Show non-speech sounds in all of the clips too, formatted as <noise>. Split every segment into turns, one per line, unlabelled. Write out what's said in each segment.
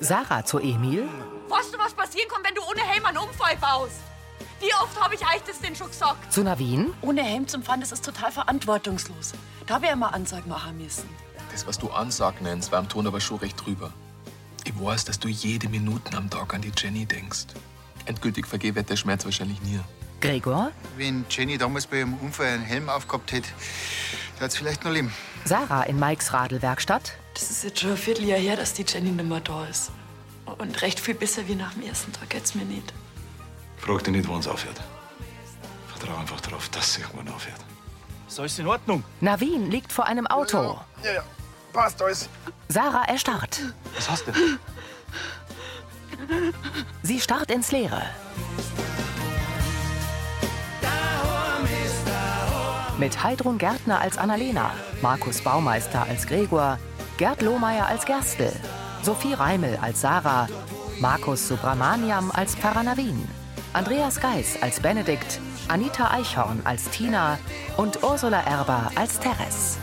Sarah zu Emil.
Weißt du, was passieren kann, wenn du ohne Helm einen Unfall baust? Wie oft habe ich euch das denn schon gesagt?
Zu Navin.
Ohne Helm zum Fahren, das ist total verantwortungslos. Da wäre mal Ansagen machen müssen.
Das, was du Ansag nennst, war am Ton aber schon recht drüber. Ich weiß, dass du jede Minute am Tag an die Jenny denkst. Endgültig vergeht wird der Schmerz wahrscheinlich nie.
Gregor.
Wenn Jenny damals bei ihrem Unfall einen Helm aufgehabt hätte, der hat's vielleicht noch leben.
Sarah in Mikes Radelwerkstatt.
Das ist jetzt schon ein Vierteljahr her, dass die Jenny nicht mehr da ist. Und recht viel besser wie nach dem ersten Tag geht's mir nicht.
Frag dich nicht, wann es aufhört. Vertrau einfach darauf, dass es irgendwann aufhört.
Ist alles in Ordnung?
Navin liegt vor einem Auto.
Ja, ja. Passt alles.
Sarah erstarrt.
Was hast du?
Sie starrt ins Leere. Mit Heidrun Gärtner als Annalena, Markus Baumeister als Gregor, Gerd Lohmeier als Gerstl, Sophie Reimel als Sarah, Markus Subramaniam als Pfarrer Navin, Andreas Geis als Benedikt, Anita Eichhorn als Tina und Ursula Erber als Teres.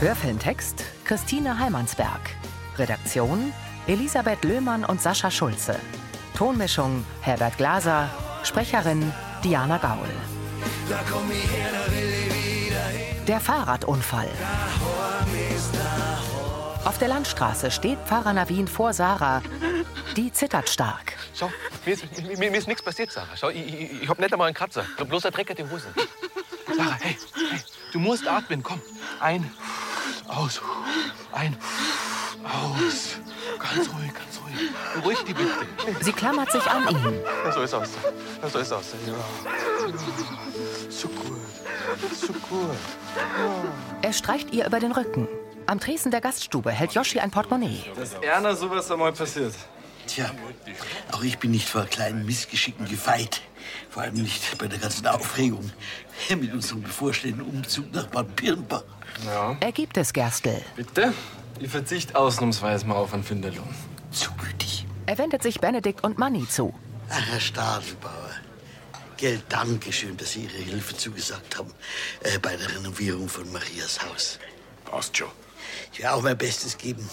Hörfilmtext Christine Heimansberg. Redaktion Elisabeth Löhmann und Sascha Schulze. Tonmischung Herbert Glaser. Sprecherin Diana Gaul. Der Fahrradunfall. Auf der Landstraße steht Pfarrer Navin vor Sarah. Die zittert stark.
Schau, mir ist, mir, mir ist nichts passiert, Sarah. Schau, ich, ich, ich hab nicht einmal einen Kratzer. Blo- Bloß ein Dreck in den Hosen. Sarah, hey, hey, du musst atmen. Komm, ein, aus, ein, aus. Ganz ruhig, ganz ruhig. Beruhig die bitte.
Sie klammert sich an ihn.
Na, so ist aus. Na, so ist aus. Ja. ja. So gut. So gut.
Er streicht ihr über den Rücken. Am Tresen der Gaststube hält Yoshi ein Portemonnaie.
Erna, sowas einmal passiert.
Tja, auch ich bin nicht vor kleinen Missgeschicken gefeit. Vor allem nicht bei der ganzen Aufregung mit unserem bevorstehenden Umzug nach Bad Birnbach.
Ja.
Er gibt es Gerstl.
Bitte? Ich verzichte ausnahmsweise mal auf einen Finderlohn.
Zu gütig.
Er wendet sich Benedikt und Manni zu.
Ach, Herr Stadelbauer. Gell, danke schön, dass Sie Ihre Hilfe zugesagt haben äh, bei der Renovierung von Marias Haus.
Passt schon.
Ich werde auch mein Bestes geben.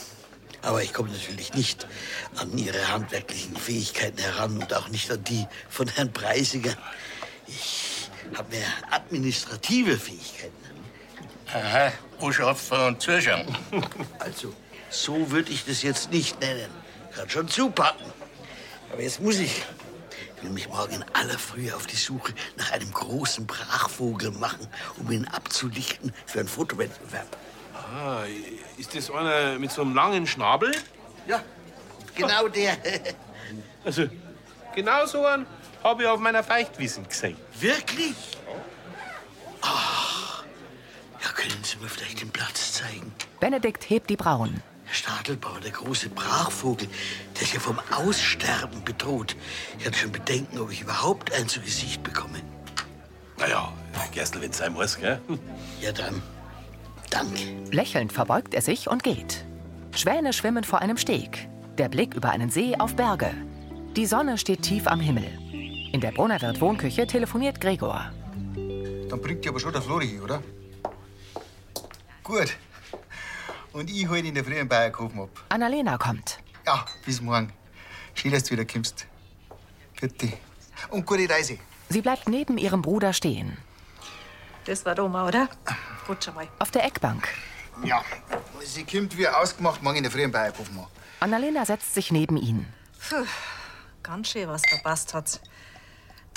Aber ich komme natürlich nicht an Ihre handwerklichen Fähigkeiten heran und auch nicht an die von Herrn Preisiger. Ich habe mehr administrative Fähigkeiten.
Aha, Uschopf von Zürcher.
Also, so würde ich das jetzt nicht nennen. Kann schon zupacken. Aber jetzt muss ich. Ich will mich morgen in aller Frühe auf die Suche nach einem großen Brachvogel machen, um ihn abzulichten für einen Fotowettbewerb.
Ah, ist das einer mit so einem langen Schnabel?
Ja, genau der.
Also, genau so einen habe ich auf meiner Feichtwiesen gesehen.
Wirklich? Ach, ja, können Sie mir vielleicht den Platz zeigen?
Benedikt hebt die Brauen.
Herr Stadelbauer, der große Brachvogel, der ist ja vom Aussterben bedroht. Ich hatte schon Bedenken, ob ich überhaupt einen zu Gesicht bekomme.
Naja, Gerstl, wenn's sein muss, gell?
Ja, dann. Danke.
Lächelnd verbeugt er sich und geht. Schwäne schwimmen vor einem Steg. Der Blick über einen See auf Berge. Die Sonne steht tief am Himmel. In der Brunnerwirt Wohnküche telefoniert Gregor.
Dann bringt dir aber schon der Flori, oder? Gut. Und ich hol ihn in der Früh in Bayerkofen ab.
Annalena kommt.
Ja, bis morgen. Schön, dass du wieder kommst. Bitte. Und gute Reise.
Sie bleibt neben ihrem Bruder stehen.
Das war Roma, oder? Gut schon mal.
Auf der Eckbank.
Ja. Sie kommt wie ausgemacht morgen in der Früh in Bayerkofen an.
Annalena setzt sich neben ihn.
Puh, ganz schön, was verpasst hat.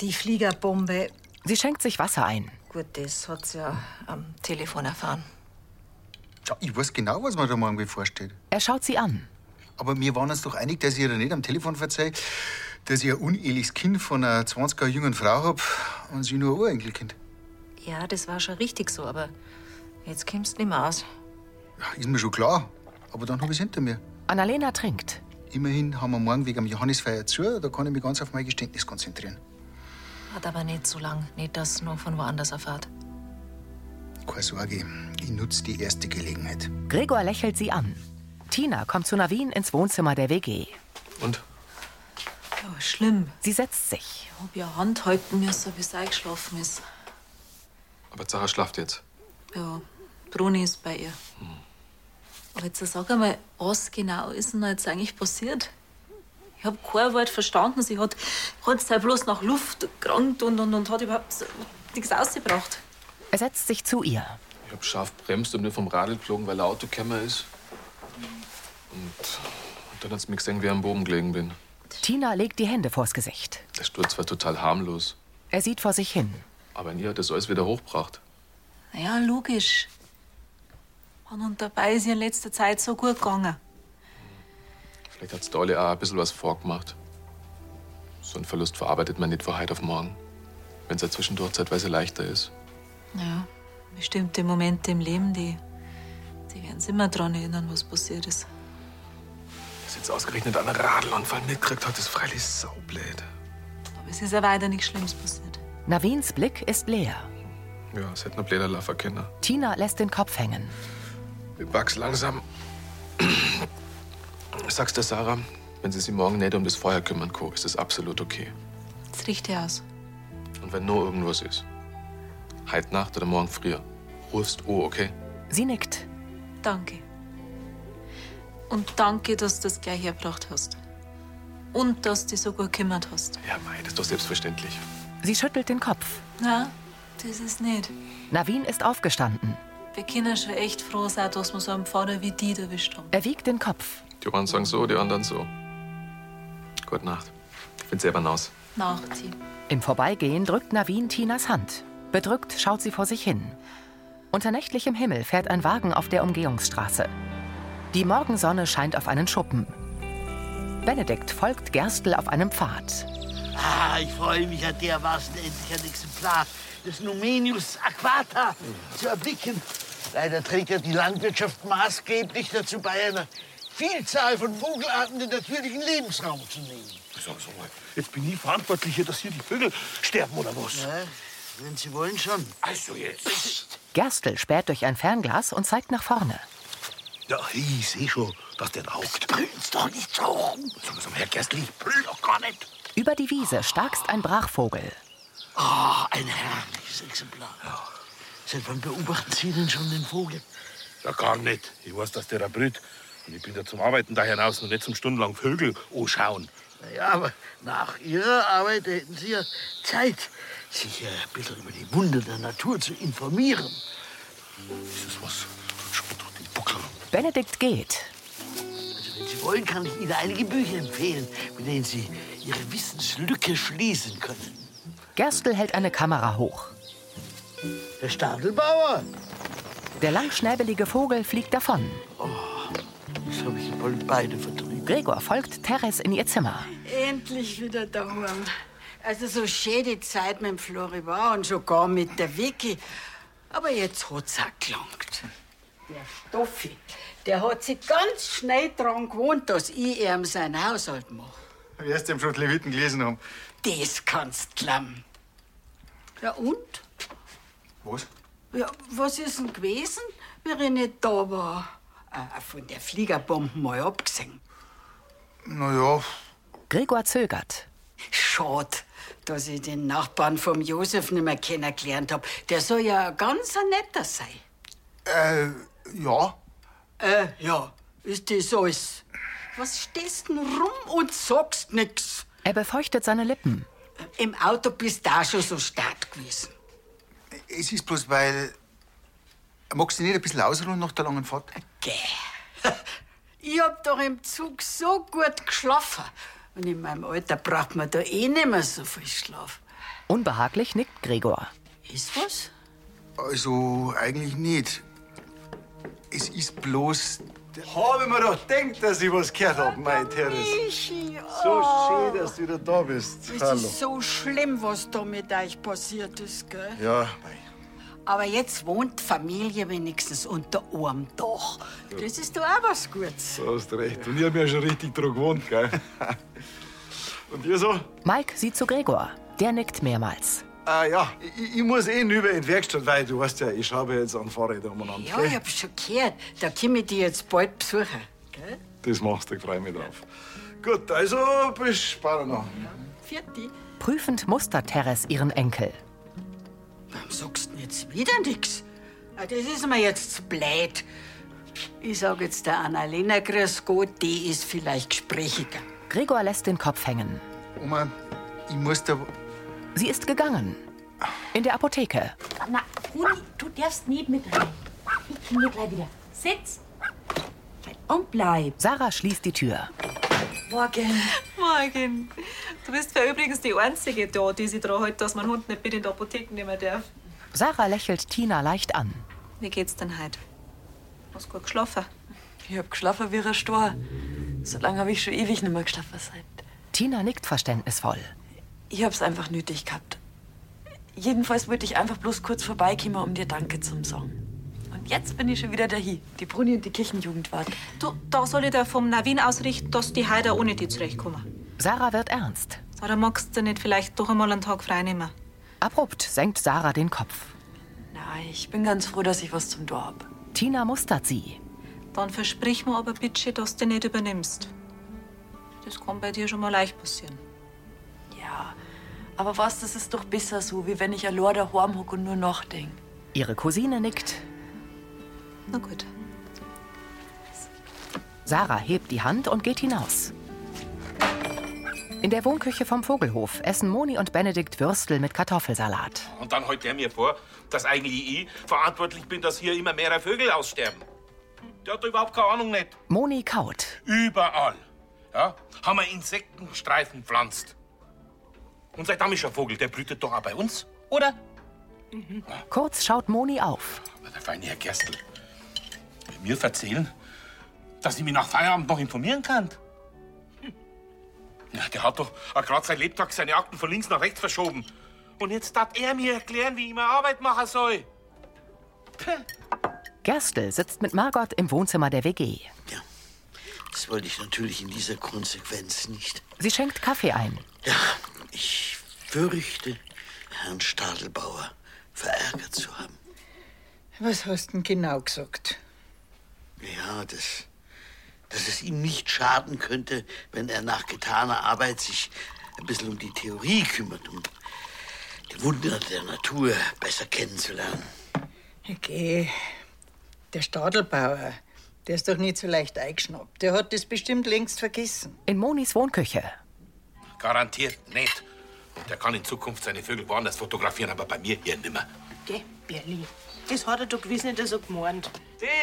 Die Fliegerbombe.
Sie schenkt sich Wasser ein.
Gut, das hat's ja am Telefon erfahren.
Ja, ich weiß genau, was mir da morgen bevorsteht.
Er schaut sie an.
Aber wir waren uns doch einig, dass ich ihr nicht am Telefon verzeihe, dass ich ein uneheliches Kind von einer 20 er jungen Frau hab und sie nur ein Urenkelkind.
Ja, das war schon richtig so, aber jetzt kommst du nicht mehr aus.
Ja, Ist mir schon klar. Aber dann hab ich's hinter mir.
Annalena trinkt.
Immerhin haben wir morgen wegen am Johannisfeier zu. Da kann ich mich ganz auf mein Geständnis konzentrieren.
Hat aber nicht so lang. Nicht, dass ihr noch von woanders erfahrt.
Keine Sorge, ich nutze die erste Gelegenheit.
Gregor lächelt sie an. Tina kommt zu Navin ins Wohnzimmer der WG.
Und?
Ja, schlimm.
Sie setzt sich.
Ich hab ja Hand halten müssen, bis sie eingeschlafen ist.
Aber Sarah schlaft jetzt.
Ja, Bruni ist bei ihr. Aber jetzt sag einmal, was genau ist denn da jetzt eigentlich passiert? Ich hab kein Wort verstanden. Sie hat, hat sich bloß nach Luft gerannt und, und, und hat überhaupt so- nichts ausgebracht.
Er setzt sich zu ihr.
Ich hab scharf bremst und bin vom Radl geflogen, weil er Autokämmer ist. Und, und dann hat's mir gesehen, wie ich am Boden gelegen bin.
Tina legt die Hände vors Gesicht.
Der Sturz war total harmlos.
Er sieht vor sich hin.
Aber in ihr hat das alles wieder hochgebracht.
Naja, logisch. Und, und dabei ist ihr in letzter Zeit so gut gegangen.
Vielleicht hat's Dolly auch ein bisschen was vorgemacht. So einen Verlust verarbeitet man nicht von heute auf morgen. Wenn's ja zwischendurch zeitweise leichter ist.
Ja, bestimmte Momente im Leben, die, die werden sich immer dran erinnern, was passiert ist.
Dass jetzt ausgerechnet einen Radlunfall mitgekriegt hat, ist freilich saublöd.
Aber es ist ja weiter nichts Schlimmes passiert.
Navins Blick ist leer.
Ja, es hätte noch blöder laufen können.
Tina lässt den Kopf hängen.
Ich wachs langsam. Sag's der Sarah, wenn sie sich morgen nicht um das Feuer kümmern kann, ist das absolut okay.
Jetzt riecht er aus.
Und wenn nur irgendwas ist, heute Nacht oder morgen früher, rufst oh, okay?
Sie nickt.
Danke. Und danke, dass du das gleich hergebracht hast. Und dass du dich so gut gekümmert hast.
Ja, mei, das ist doch selbstverständlich.
Sie schüttelt den Kopf.
Na, das ist nicht.
Navin ist aufgestanden.
Wir können schon echt froh sein, dass wir so einen Vater wie die erwischt haben.
Er wiegt den Kopf.
Die einen sagen so, die anderen so. Gute Nacht. Ich bin selber hinaus.
Nachti.
Im Vorbeigehen drückt Navin Tinas Hand. Bedrückt schaut sie vor sich hin. Unter nächtlichem Himmel fährt ein Wagen auf der Umgehungsstraße. Die Morgensonne scheint auf einen Schuppen. Benedikt folgt Gerstl auf einem Pfad.
Ah, ich freue mich ja dermaßen endlich ein Exemplar des Numenius Aquata zu erblicken. Leider trägt ja die Landwirtschaft maßgeblich dazu bei, eine Vielzahl von Vogelarten den natürlichen Lebensraum zu nehmen.
Sag so mal, jetzt bin ich verantwortlich hier, dass hier die Vögel sterben oder was?
Ja, wenn Sie wollen schon.
Also jetzt.
Gerstl späht durch ein Fernglas und zeigt nach vorne.
Ja, ich sehe schon, dass der taugt. Brüll's doch nicht so. Sag mal, Herr Gerstl, ich brüll doch gar nicht.
Über die Wiese starkst ein Brachvogel.
Ah, ein herrliches Exemplar. Seit wann beobachten Sie denn schon den Vogel?
Ja, gar nicht. Ich weiß, dass der da brüllt. Und ich bin da zum Arbeiten da hinaus und nicht zum stundenlang Vögel anschauen.
Ja, aber nach Ihrer Arbeit hätten Sie ja Zeit, sich äh, ein bisschen über die Wunder der Natur zu informieren.
Benedikt geht.
Wenn Sie wollen, kann ich Ihnen einige Bücher empfehlen, mit denen Sie Ihre Wissenslücke schließen können.
Gerstl hält eine Kamera hoch.
Der Stadelbauer.
Der langschnäbelige Vogel fliegt davon.
Das habe ich wohl beide vertrieben.
Gregor folgt Teres in ihr Zimmer.
Endlich wieder daheim. Also so schön die Zeit mit dem Flori war und sogar mit der Vicky. Aber jetzt hat's auch gelangt. Der Stoffi, der hat sich ganz schnell dran gewohnt, dass ich ihm seinen Haushalt mache.
Wie erst im Schrott Leviten gelesen haben.
Das kannst klamm. Ja und?
Was?
Ja, was ist denn gewesen, wenn ich nicht da war? Äh, von der Fliegerbombe mal abgesehen.
Naja.
Gregor zögert.
Schade, dass ich den Nachbarn vom Josef nicht mehr kennengelernt hab. Der soll ja ganz ein netter sein.
Äh, ja.
Äh, ja, ist das alles. Was stehst denn rum und sagst nix?
Er befeuchtet seine Lippen.
Im Auto bist du auch schon so stark gewesen.
Es ist bloß, weil. Magst du nicht ein bisschen ausruhen nach der langen Fahrt?
Gäh. Ich hab doch im Zug so gut geschlafen. Und in meinem Alter braucht man da eh nicht mehr so viel Schlaf.
Unbehaglich nickt Gregor.
Ist was?
Also, eigentlich nicht. Es ist bloß.
Habe mir doch gedacht, dass ich was gehört habe, mein Teres.
Michi,
So
oh.
schön, dass du wieder da bist.
Es
Hallo.
ist so schlimm, was da mit euch passiert ist, gell?
Ja,
Aber jetzt wohnt die Familie wenigstens unter einem Dach. Das ist doch auch was Gutes.
du hast recht. Und ich hab mich ja schon richtig dran gewohnt, gell? <laughs> Und ihr so?
Mike sieht zu Gregor. Der nickt mehrmals.
Ah ja, ich, ich muss eh hinüber in die Werkstatt, weil du weißt ja, ich schraube jetzt an Fahrrädern umeinander.
Ja, ich hab schon gehört. Da komme ich dich jetzt bald besuchen. Gell?
Das machst du, ich freu mich drauf. Gut, also bis später noch.
Vierte.
Prüfend mustert Teres ihren Enkel.
Warum sagst du denn jetzt wieder nix? Ah, Das ist mir jetzt zu blöd. Ich sag jetzt der Annalena Grüß Gott, die ist vielleicht gesprächiger.
Gregor lässt den Kopf hängen.
Oma, ich muss da.
Sie ist gegangen. In der Apotheke.
Na, Bruni, du darfst nicht mit rein. Ich komme gleich wieder. Sitz.
Und bleib. Sarah schließt die Tür.
Morgen. Morgen. Du bist ja übrigens die Einzige da, die sich daran hält, dass man Hund nicht mit in die Apotheke nehmen darf.
Sarah lächelt Tina leicht an.
Wie geht's denn heute? Hast gut geschlafen?
Ich hab geschlafen wie ein Stor. So lange hab ich schon ewig nicht mehr geschlafen seit.
Tina nickt verständnisvoll.
Ich hab's einfach nötig gehabt. Jedenfalls wollte ich einfach bloß kurz vorbeikommen, um dir Danke zum sagen. Und jetzt bin ich schon wieder dahi. Die Bruni und die Kirchenjugend warten.
Du, da soll ich dir vom Navin ausrichten, dass die Heider ohne dich zurechtkommen.
Sarah wird ernst.
Oder magst du nicht vielleicht doch einmal einen Tag frei nehmen?
Abrupt senkt Sarah den Kopf.
Na, ich bin ganz froh, dass ich was zum Tor hab.
Tina mustert sie.
Dann versprich mir aber bitte, dass du nicht übernimmst. Das kann bei dir schon mal leicht passieren.
Ja, aber was, das ist doch besser so, wie wenn ich allein daheim hock und nur noch denk.
Ihre Cousine nickt.
Na gut.
Sarah hebt die Hand und geht hinaus. In der Wohnküche vom Vogelhof essen Moni und Benedikt Würstel mit Kartoffelsalat.
Und dann hält er mir vor, dass eigentlich ich verantwortlich bin, dass hier immer mehr Vögel aussterben. Der hat da überhaupt keine Ahnung nicht.
Moni kaut.
Überall ja, haben wir Insektenstreifen pflanzt. Und seit ist ein Vogel, der brütet doch auch bei uns, oder?
Kurz schaut Moni auf.
Aber der feine Herr Gerstl will mir erzählen, dass ich mich nach Feierabend noch informieren kann. Na, der hat doch auch gerade sein Lebtag seine Akten von links nach rechts verschoben. Und jetzt darf er mir erklären, wie ich meine Arbeit machen soll.
Gerstl sitzt mit Margot im Wohnzimmer der WG.
Das wollte ich natürlich in dieser Konsequenz nicht.
Sie schenkt Kaffee ein.
Ja, ich fürchte, Herrn Stadelbauer verärgert zu haben.
Was hast denn genau gesagt?
Ja, das, dass es ihm nicht schaden könnte, wenn er nach getaner Arbeit sich ein bisschen um die Theorie kümmert, um die Wunder der Natur besser kennenzulernen.
Okay, der Stadelbauer, der ist doch nicht so leicht eingeschnappt. Der hat das bestimmt längst vergessen.
In Monis Wohnküche.
Garantiert nicht. Und der kann in Zukunft seine Vögel woanders fotografieren, aber bei mir hier nimmer.
Geh, Berli. Das hat er doch gewiss nicht so gemeint.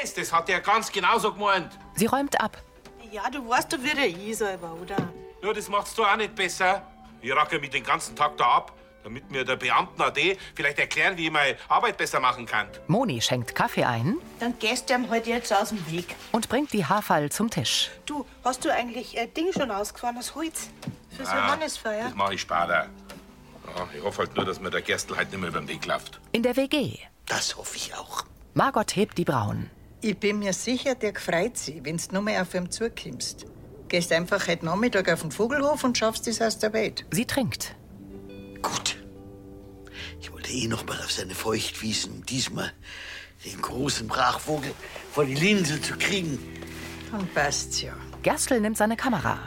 Das, das hat er ganz genauso gemeint.
Sie räumt ab.
Ja, du weißt doch, wie der ich selber, oder?
Nur das macht's du auch nicht besser. Ich racke mich den ganzen Tag da ab, damit mir der Beamten AD vielleicht erklären, wie ich meine Arbeit besser machen kann.
Moni schenkt Kaffee ein
Dann gehst du ihm halt jetzt aus dem Weg.
und bringt die Haarfall zum Tisch.
Du, hast du eigentlich äh, Ding schon ausgefahren, das Holz? Fürs
Ah,
Johannisfeuer?
Das mache ich später. Ja, ich hoffe halt nur, dass mir der Gerstl halt nicht mehr über den Weg läuft.
In der WG.
Das hoffe ich auch.
Margot hebt die Brauen.
Ich bin mir sicher, der freut sich, wenn du nochmal auf ihn zukommst. Gehst einfach heute Nachmittag auf den Vogelhof und schaffst das aus der Welt.
Sie trinkt.
Ich wollte eh noch mal auf seine Feuchtwiesen, um diesmal den großen Brachvogel vor die Linse zu kriegen.
Dann passt's ja.
Gerstl nimmt seine Kamera.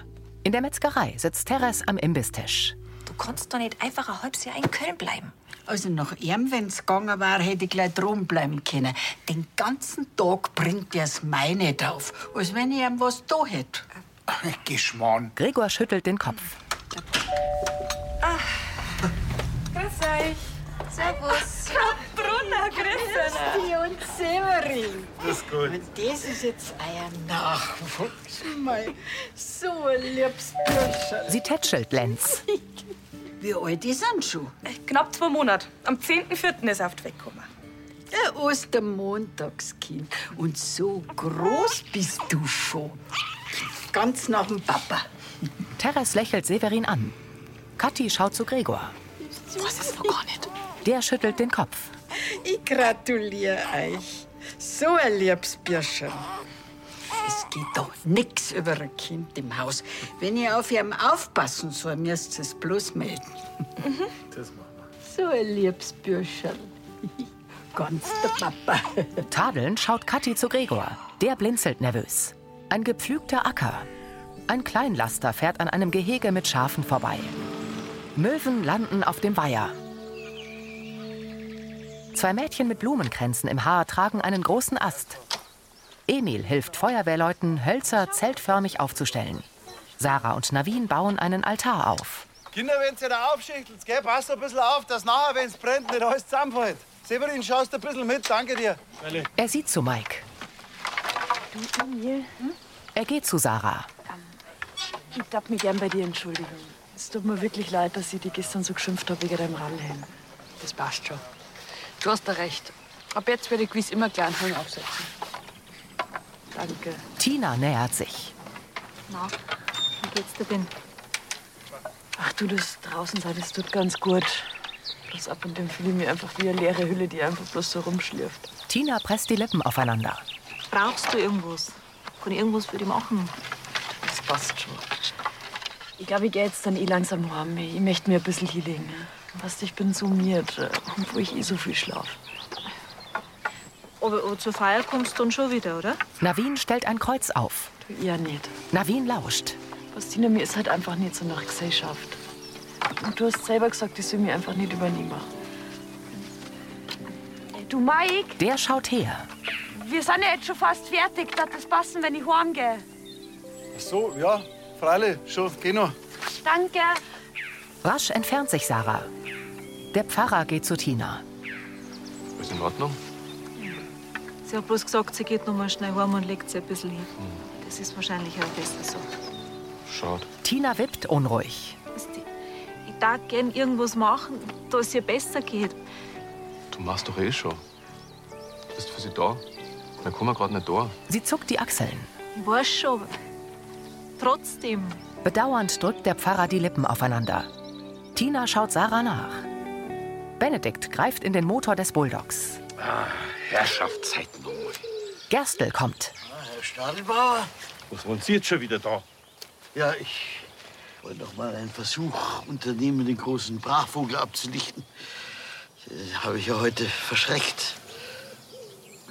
In der Metzgerei sitzt Teres am Imbisstisch.
Du kannst doch nicht einfach ein halbes Jahr in Köln bleiben. Also nach ihm, wenn's gegangen war, hätte ich gleich drum bleiben können. Den ganzen Tag bringt er's meine nicht auf, als wenn ich ihm was da hätte.
Geschmorn. Gregor schüttelt den Kopf.
Grüß euch. Servus. Brunner,
Christi und Severin.
Das ist gut.
Und das ist jetzt euer Nachwuchs. Mei, so ein liebes Burscherl.
Sie tätschelt Lenz.
Wie alt ist er denn schon?
Äh, Knapp zwei Monate. Am 10.04. ist er auf die Weg gekommen.
Ein Ostermontagskind. Und so groß bist du schon. Ganz nach dem Papa.
Teres lächelt Severin an. Kathi schaut zu Gregor.
Was ist noch gar nicht?
Der schüttelt den Kopf.
Ich gratuliere euch. So ein liebes Bürschchen. Es geht doch nix über ein Kind im Haus. Wenn ihr auf ihm aufpassen soll, müsst ihr es bloß melden.
Mhm. Das machen
So ein liebes Bürschchen. <laughs> Ganz der Papa.
Tadelnd schaut Kathi zu Gregor. Der blinzelt nervös. Ein gepflügter Acker. Ein Kleinlaster fährt an einem Gehege mit Schafen vorbei. Möwen landen auf dem Weiher. Zwei Mädchen mit Blumenkränzen im Haar tragen einen großen Ast. Emil hilft Feuerwehrleuten, Hölzer zeltförmig aufzustellen. Sarah und Navin bauen einen Altar auf.
Kinder, wenn ihr da aufschichtelt, gell, passt ein bisschen auf, dass nachher, wenn es brennt, nicht alles zusammenfällt. Severin, schaust ein bisschen mit, danke dir.
Er sieht zu Mike.
Du, Emil,
Er geht zu Sarah.
ich darf mich gern bei dir entschuldigen. Es tut mir wirklich leid, dass ich dich gestern so geschimpft habe wegen deinem Rallyen.
Das passt schon. Du hast da recht. Ab jetzt werde ich gewiss immer klein von aufsetzen.
Danke.
Tina nähert sich.
Na, wie geht's dir denn?
Ach du, das draußen sein, das tut ganz gut. Bloß ab und dem fühle ich mich einfach wie eine leere Hülle, die einfach bloß so rumschlirft.
Tina presst die Lippen aufeinander.
Brauchst du irgendwas? Kann ich irgendwas für dich machen?
Das passt schon. Ich glaube, ich gehe jetzt dann eh langsam heim. Ich möchte mir ein bisschen hier liegen. Weißt du, ich bin summiert, obwohl ich eh so viel schlafe.
Aber, aber zur Feier kommst du dann schon wieder, oder?
Navin stellt ein Kreuz auf.
Ja, nicht.
Navin lauscht.
Bastina, mir ist halt einfach nicht so nach Gesellschaft. Und du hast selber gesagt, ich soll mir einfach nicht übernehmen.
Du, Mike,
Der schaut her.
wir sind ja jetzt schon fast fertig. Darf das passen, wenn ich heimgehe?
Ach so, ja, Freilich, schon, geh noch.
Danke.
Rasch entfernt sich Sarah. Der Pfarrer geht zu Tina.
Ist in Ordnung?
Sie hat bloß gesagt, sie geht noch mal schnell heim und legt sie ein bisschen hin.
Hm.
Das ist wahrscheinlich auch besser so.
Schaut.
Tina wippt unruhig.
Ich darf gern irgendwas machen, dass es ihr besser geht.
Du machst doch eh schon. Du bist für sie da. Wir kommen gerade nicht da.
Sie zuckt die Achseln.
Ich weiß schon. aber Trotzdem.
Bedauernd drückt der Pfarrer die Lippen aufeinander. Tina schaut Sarah nach. Benedikt greift in den Motor des Bulldogs.
Ah, Herrschaftszeiten. oh.
Gerstl kommt.
Ah, Herr Stadelbauer.
Was wollen Sie jetzt schon wieder da?
Ja, ich wollte noch mal einen Versuch unternehmen, den großen Brachvogel abzulichten. Äh, Habe ich ja heute verschreckt.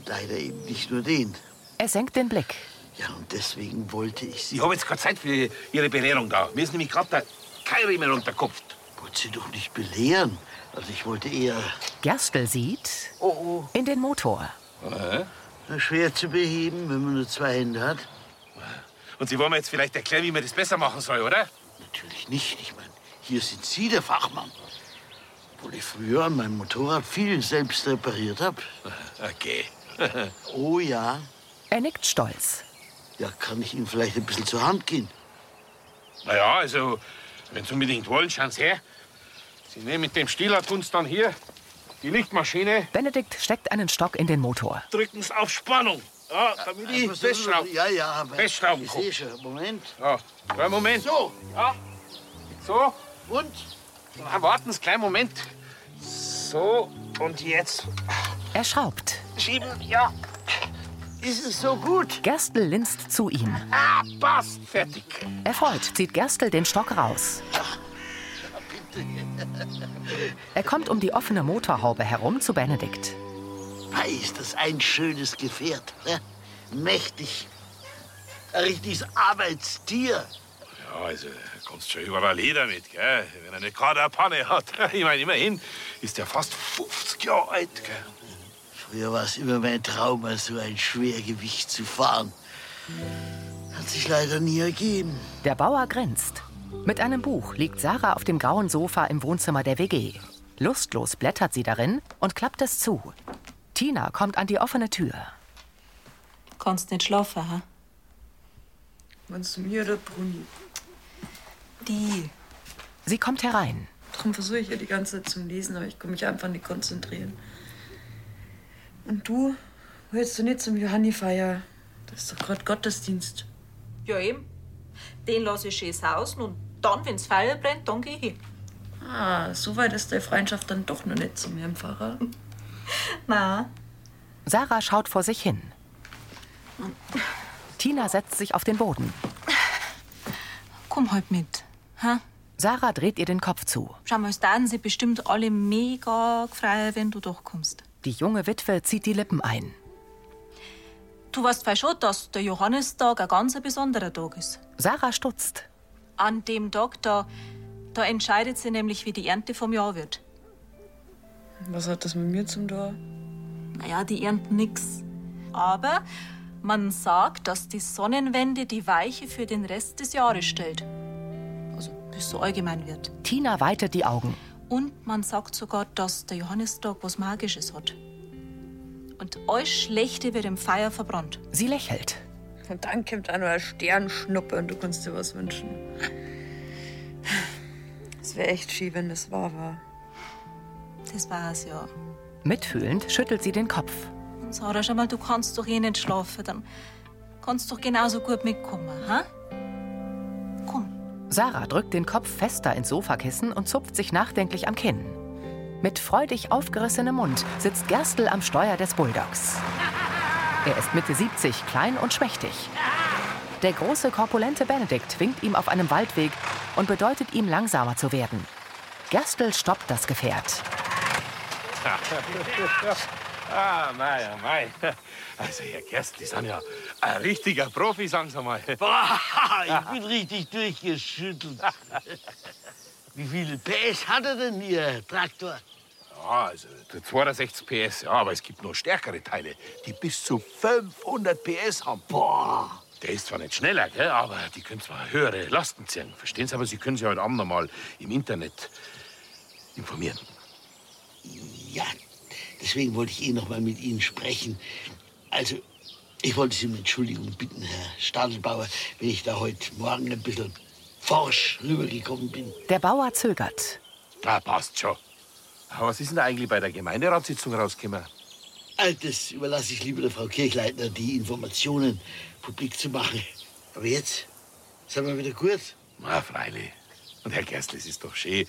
Leider eben nicht nur den.
Er senkt den Blick.
Ja, und deswegen wollte ich
Ich habe jetzt keine Zeit für Ihre Belehrung da. Mir ist nämlich gerade der Keil mehr runtergekopft.
Wollt Sie doch nicht belehren. Also ich wollte eher...
Gerstl sieht in den Motor.
Na, Schwer zu beheben, wenn man nur zwei Hände hat.
Und Sie wollen mir jetzt vielleicht erklären, wie man das besser machen soll, oder?
Natürlich nicht. Ich meine, hier sind Sie der Fachmann. Obwohl ich früher an meinem Motorrad viel selbst repariert habe.
Okay.
Oh ja.
Er nickt stolz.
Ja, kann ich Ihnen vielleicht ein bisschen zur Hand gehen?
Na ja, also, wenn Sie unbedingt wollen, schauen Sie her. Sie nehmen mit dem Stieler, tun's dann hier. Die Lichtmaschine,
Benedikt steckt einen Stock in den Motor.
drücken Sie auf Spannung. Ja, damit ich
Einfach so-
festschrauben.
Ja, ja, aber...
Festschrauben
Ich
kann.
sehe schon. Moment.
Ja, kleinen Moment. So. Ja. So.
Und?
Na, warten Sie, kleinen Moment. So, und jetzt
Er schraubt.
schieben, ja.
Ist es so gut?
Gerstl linst zu ihm.
Ah, passt. Fertig.
Erfreut zieht Gerstl den Stock raus. Er kommt um die offene Motorhaube herum zu Benedikt.
Mei, Ah, ist das ein schönes Gefährt. Ne? Mächtig. Ein richtiges Arbeitstier.
Ja, also, da kommst schon überall hin damit, gell? Wenn er nicht gerade eine Panne hat. <laughs> Ich meine, immerhin ist er fast 50 Jahre alt, gell?
Früher war es immer mein Traum, mal so ein Schwergewicht zu fahren. Hat sich leider nie ergeben.
Der Bauer grinst. Mit einem Buch liegt Sarah auf dem grauen Sofa im Wohnzimmer der WG. Lustlos blättert sie darin und klappt es zu. Tina kommt an die offene Tür.
Kannst nicht schlafen, ha?
Meinst du mir oder Bruni?
Die.
Sie kommt herein.
Darum versuche ich ja die ganze Zeit zum Lesen, aber ich kann mich einfach nicht konzentrieren. Und du? Willst du nicht zum Johannifeier? Das ist doch gerade Gottesdienst.
Ja, eben. Den lasse ich schön sausen und dann, wenn's Feuer brennt, dann gehe ich.
Ah, so weit ist deine Freundschaft dann doch noch nicht zum Herrn Pfarrer.
Na,
Sarah schaut vor sich hin. Tina setzt sich auf den Boden.
komm halt mit. Ha?
Sarah dreht ihr den Kopf zu.
Schau mal, es werden sie bestimmt alle mega gefreut, wenn du doch kommst.
Die junge Witwe zieht die Lippen ein.
Du weißt voll schon, dass der Johannistag ein ganz besonderer Tag ist.
Sarah stutzt.
An dem Tag, da, da entscheidet sie nämlich, wie die Ernte vom Jahr wird.
Was hat das mit mir zum Tor?
Naja, die ernten nix. Aber Man sagt, dass die Sonnenwende die Weiche für den Rest des Jahres stellt. Also, bis so allgemein wird.
Tina weitet die Augen.
Und man sagt sogar, dass der Johannistag was Magisches hat. Und alles Schlechte wird im Feuer verbrannt.
Sie lächelt.
Und dann kommt auch noch eine Sternschnuppe und du kannst dir was wünschen. Es wäre echt schief, wenn das wahr war.
Das war's ja.
Mitfühlend schüttelt sie den Kopf.
Und Sarah, schau mal, du kannst doch eh nicht schlafen. Dann kannst du doch genauso gut mitkommen, ha?
Sarah drückt den Kopf fester ins Sofakissen und zupft sich nachdenklich am Kinn. Mit freudig aufgerissenem Mund sitzt Gerstl am Steuer des Bulldogs. Er ist Mitte 70, klein und schmächtig. Der große, korpulente Benedikt winkt ihm auf einem Waldweg und bedeutet ihm, langsamer zu werden. Gerstl stoppt das Gefährt.
ah, mei, ah, mei. Also, Herr Gerst, die sind ja ein richtiger Profi, sagen Sie mal.
Boah, ich bin richtig durchgeschüttelt. <laughs> Wie viele PS hat er denn, Ihr Traktor?
Ja, also der 62 PS, ja, aber es gibt noch stärkere Teile, die bis zu 500 PS haben. Boah! Der ist zwar nicht schneller, gell, aber die können zwar höhere Lasten ziehen. Verstehen Sie, aber Sie können sich heute Abend noch mal im Internet informieren.
Ja, deswegen wollte ich eh noch mal mit Ihnen sprechen. Also, ich wollte Sie um Entschuldigung bitten, Herr Stadelbauer, wenn ich da heute Morgen ein bisschen forsch rübergekommen bin.
Der Bauer zögert.
Da passt schon. Aber was ist denn da eigentlich bei der Gemeinderatssitzung rausgekommen?
All das überlasse ich lieber der Frau Kirchleitner, die Informationen publik zu machen. Aber jetzt sind wir wieder gut.
Na, freilich. Und Herr Gerstl, es ist doch schön,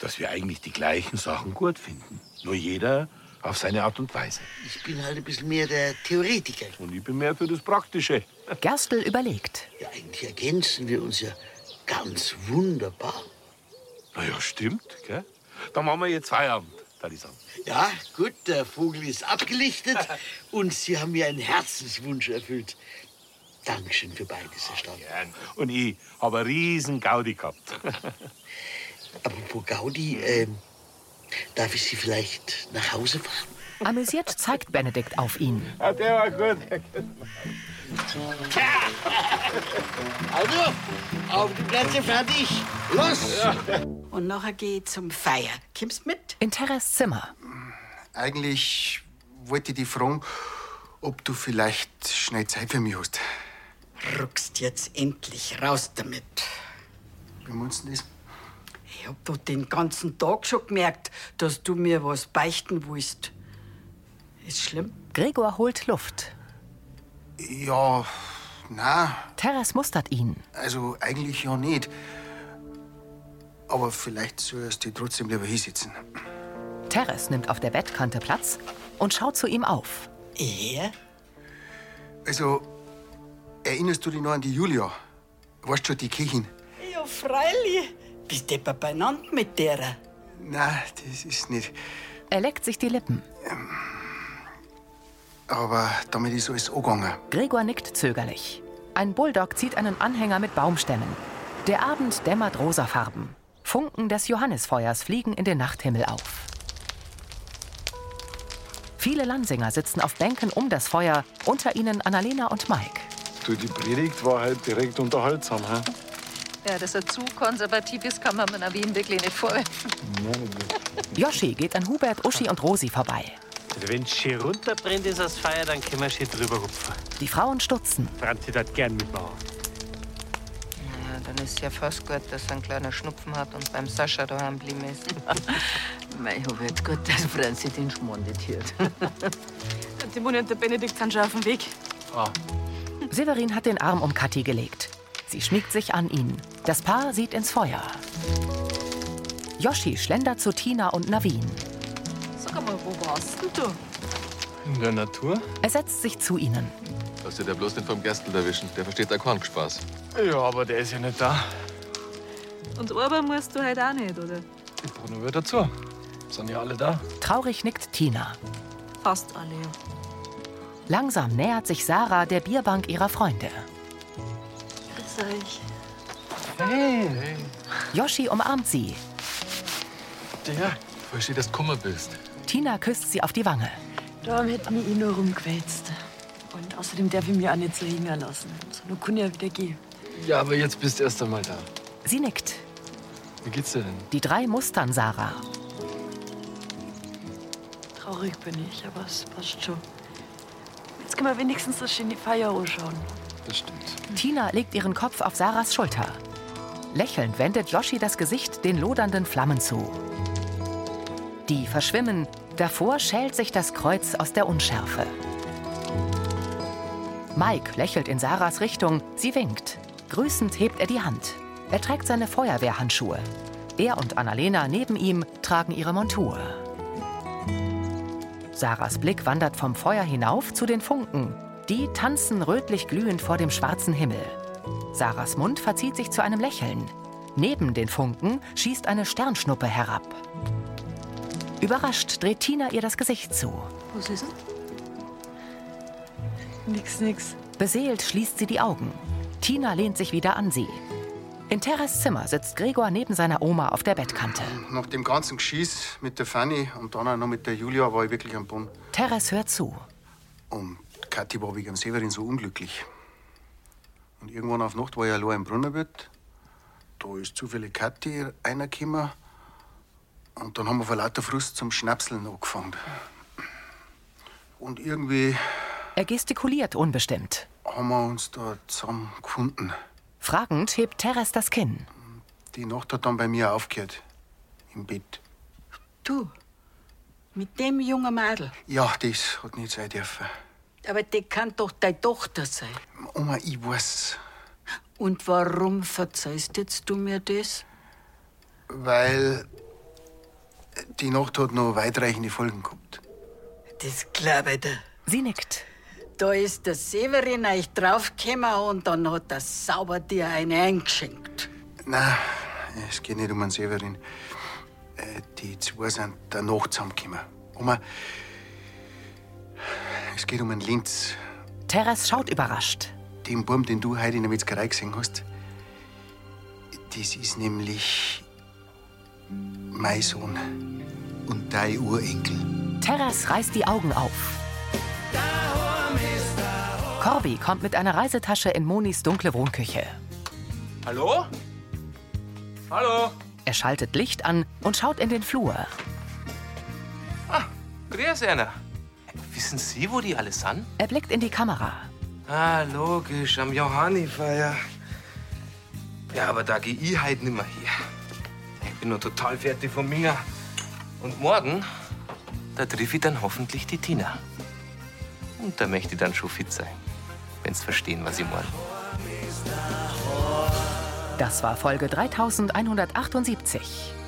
dass wir eigentlich die gleichen Sachen gut finden. Nur jeder auf seine Art und Weise.
Ich bin halt ein bisschen mehr der Theoretiker.
Und ich bin mehr für das Praktische.
Gerstl überlegt.
Ja, eigentlich ergänzen wir uns ja ganz wunderbar.
Na ja, stimmt, gell? Dann machen wir jetzt Feierabend, da ich sagen.
Ja, gut, der Vogel ist <laughs> abgelichtet und Sie haben mir einen Herzenswunsch erfüllt. Dankeschön für beides, Herr Stamm.
Gern. Und ich habe einen riesen Gaudi gehabt.
Apropos Gaudi, ähm, darf ich Sie vielleicht nach Hause fahren?
Amüsiert zeigt Benedikt auf ihn.
Ah, der war gut. der geht.
Also, auf die Plätze fertig. Los!
Und nachher geh ich zum Feier. Kommst mit?
In Terras Zimmer.
Eigentlich wollte ich dich fragen, ob du vielleicht schnell Zeit für mich hast.
Ruckst jetzt endlich raus damit.
Wie meinst du das?
Ich hab doch den ganzen Tag schon gemerkt, dass du mir was beichten willst. Ist schlimm?
Gregor holt Luft.
Ja, na,
Terras mustert ihn.
also eigentlich ja nicht. Aber vielleicht sollst du dich trotzdem lieber hinsitzen.
Terras nimmt auf der Bettkante Platz und schaut zu ihm auf.
Er? Also, erinnerst du dich noch an die Julia? Weißt schon, die Köchin?
Ja, freilich. Bist du etwa beieinander mit derer?
Na, das ist nicht.
Er leckt sich die Lippen.
Aber damit ist alles angegangen.
Gregor nickt zögerlich. Ein Bulldog zieht einen Anhänger mit Baumstämmen. Der Abend dämmert rosafarben. Funken des Johannisfeuers fliegen in den Nachthimmel auf. Viele Lansinger sitzen auf Bänken um das Feuer, unter ihnen Annalena und Mike.
Du, die Predigt war halt direkt unterhaltsam. He?
Ja, dass er zu konservativ ist, kann man mir in Wien wirklich nicht vorwerfen.
Joschi geht an Hubert, Uschi und Rosi vorbei.
Wenn schön runterbrennt ist das Feuer, dann können wir schön drüber rupfen.
Die Frauen stutzen.
Franzi hat gern mitmachen.
Ja, dann ist ja fast gut, dass er einen kleinen Schnupfen hat und beim Sascha daheim geblieben ist. <laughs> Mei, ich hab jetzt gut, dass Franzi den Schmarrn
<laughs>
nicht hört.
Die Moni und der Benedikt sind schon auf dem Weg.
Ah.
Severin hat den Arm um Kathi gelegt. Sie schmiegt sich an ihn. Das Paar sieht ins Feuer. Yoshi schlendert zu Tina und Navin.
Sag mal, wo warst denn du?
In der Natur?
Er setzt sich zu ihnen.
Lass dir da bloß nicht vom Gerstl erwischen. Der versteht da keinen Spaß.
Ja, aber der ist ja nicht da.
Und arbeiten musst du halt auch nicht, oder?
Bruno wird dazu. Sind ja alle da.
Traurig nickt Tina.
Fast alle, ja.
Langsam nähert sich Sarah der Bierbank ihrer Freunde.
Grüß euch.
Hey.
Yoshi umarmt sie.
Der? Versteht, dass du Kummer bist.
Tina küsst sie auf die Wange.
Da hätte mich ich noch rumgewälzt.
eh Und außerdem darf ich mich auch nicht so hängen lassen. So, nur kann ich ja wieder gehen.
Ja, aber jetzt bist du erst einmal da.
Sie nickt.
Wie geht's dir denn?
Die drei mustern Sarah.
Traurig bin ich, aber es passt schon. Jetzt können wir wenigstens das schöne Feier anschauen.
Das stimmt.
Tina legt ihren Kopf auf Sarahs Schulter. Lächelnd wendet Joschi das Gesicht den lodernden Flammen zu. Die verschwimmen, davor schält sich das Kreuz aus der Unschärfe. Mike lächelt in Sarahs Richtung, sie winkt. Grüßend hebt er die Hand. Er trägt seine Feuerwehrhandschuhe. Er und Annalena neben ihm tragen ihre Montur. Sarahs Blick wandert vom Feuer hinauf zu den Funken. Die tanzen rötlich glühend vor dem schwarzen Himmel. Sarahs Mund verzieht sich zu einem Lächeln. Neben den Funken schießt eine Sternschnuppe herab. Überrascht dreht Tina ihr das Gesicht zu.
Was ist denn? Nix, nix.
Beseelt schließt sie die Augen. Tina lehnt sich wieder an sie. In Teres Zimmer sitzt Gregor neben seiner Oma auf der Bettkante.
Nach dem ganzen Geschieß mit der Fanny und dann auch noch mit der Julia war ich wirklich am Boden.
Teres hört zu.
Und Kathi war wegen dem Severin so unglücklich. Und irgendwann auf Nacht war ich allein im Brunnenbett. Da ist zufällig Kathi reingekommen. Und dann haben wir vor lauter Frust zum Schnapseln angefangen. Und irgendwie
Er gestikuliert unbestimmt.
haben wir uns da zusammengefunden.
Fragend hebt Teres das Kinn.
Die Nacht hat dann bei mir aufgehört. Im Bett.
Du, mit dem jungen Mädel.
Ja, das hat nicht sein dürfen.
Aber die kann doch deine Tochter sein.
Oma, ich weiß.
Und warum verzeihst jetzt du mir das?
Weil die Nacht hat noch weitreichende Folgen gehabt.
Das glaube ich dir.
Sie nickt.
Da ist der Severin euch draufgekommen und dann hat er sauber dir eine eingeschenkt.
Nein, es geht nicht um einen Severin. Äh, Die zwei sind der Nacht zusammengekommen. Oma, es geht um einen Linz.
Teres schaut überrascht.
Den Baum, den du heute in der Metzgerei gesehen hast, das ist nämlich mein Sohn und dein Urenkel.
Terras reißt die Augen auf. Corby kommt mit einer Reisetasche in Monis dunkle Wohnküche.
Hallo? Hallo?
Er schaltet Licht an und schaut in den Flur.
Grüß einer. Wissen Sie, wo die alle sind?
Er blickt in die Kamera.
Ah, logisch, am Johanni-Feier. Ja, aber da gehe ich halt nimmer her. Ich bin nur total fertig von mir. Und morgen, da triff ich dann hoffentlich die Tina. Und da möchte ich dann schon fit sein. Wenn's verstehen, was ich meine.
Das war Folge 3178.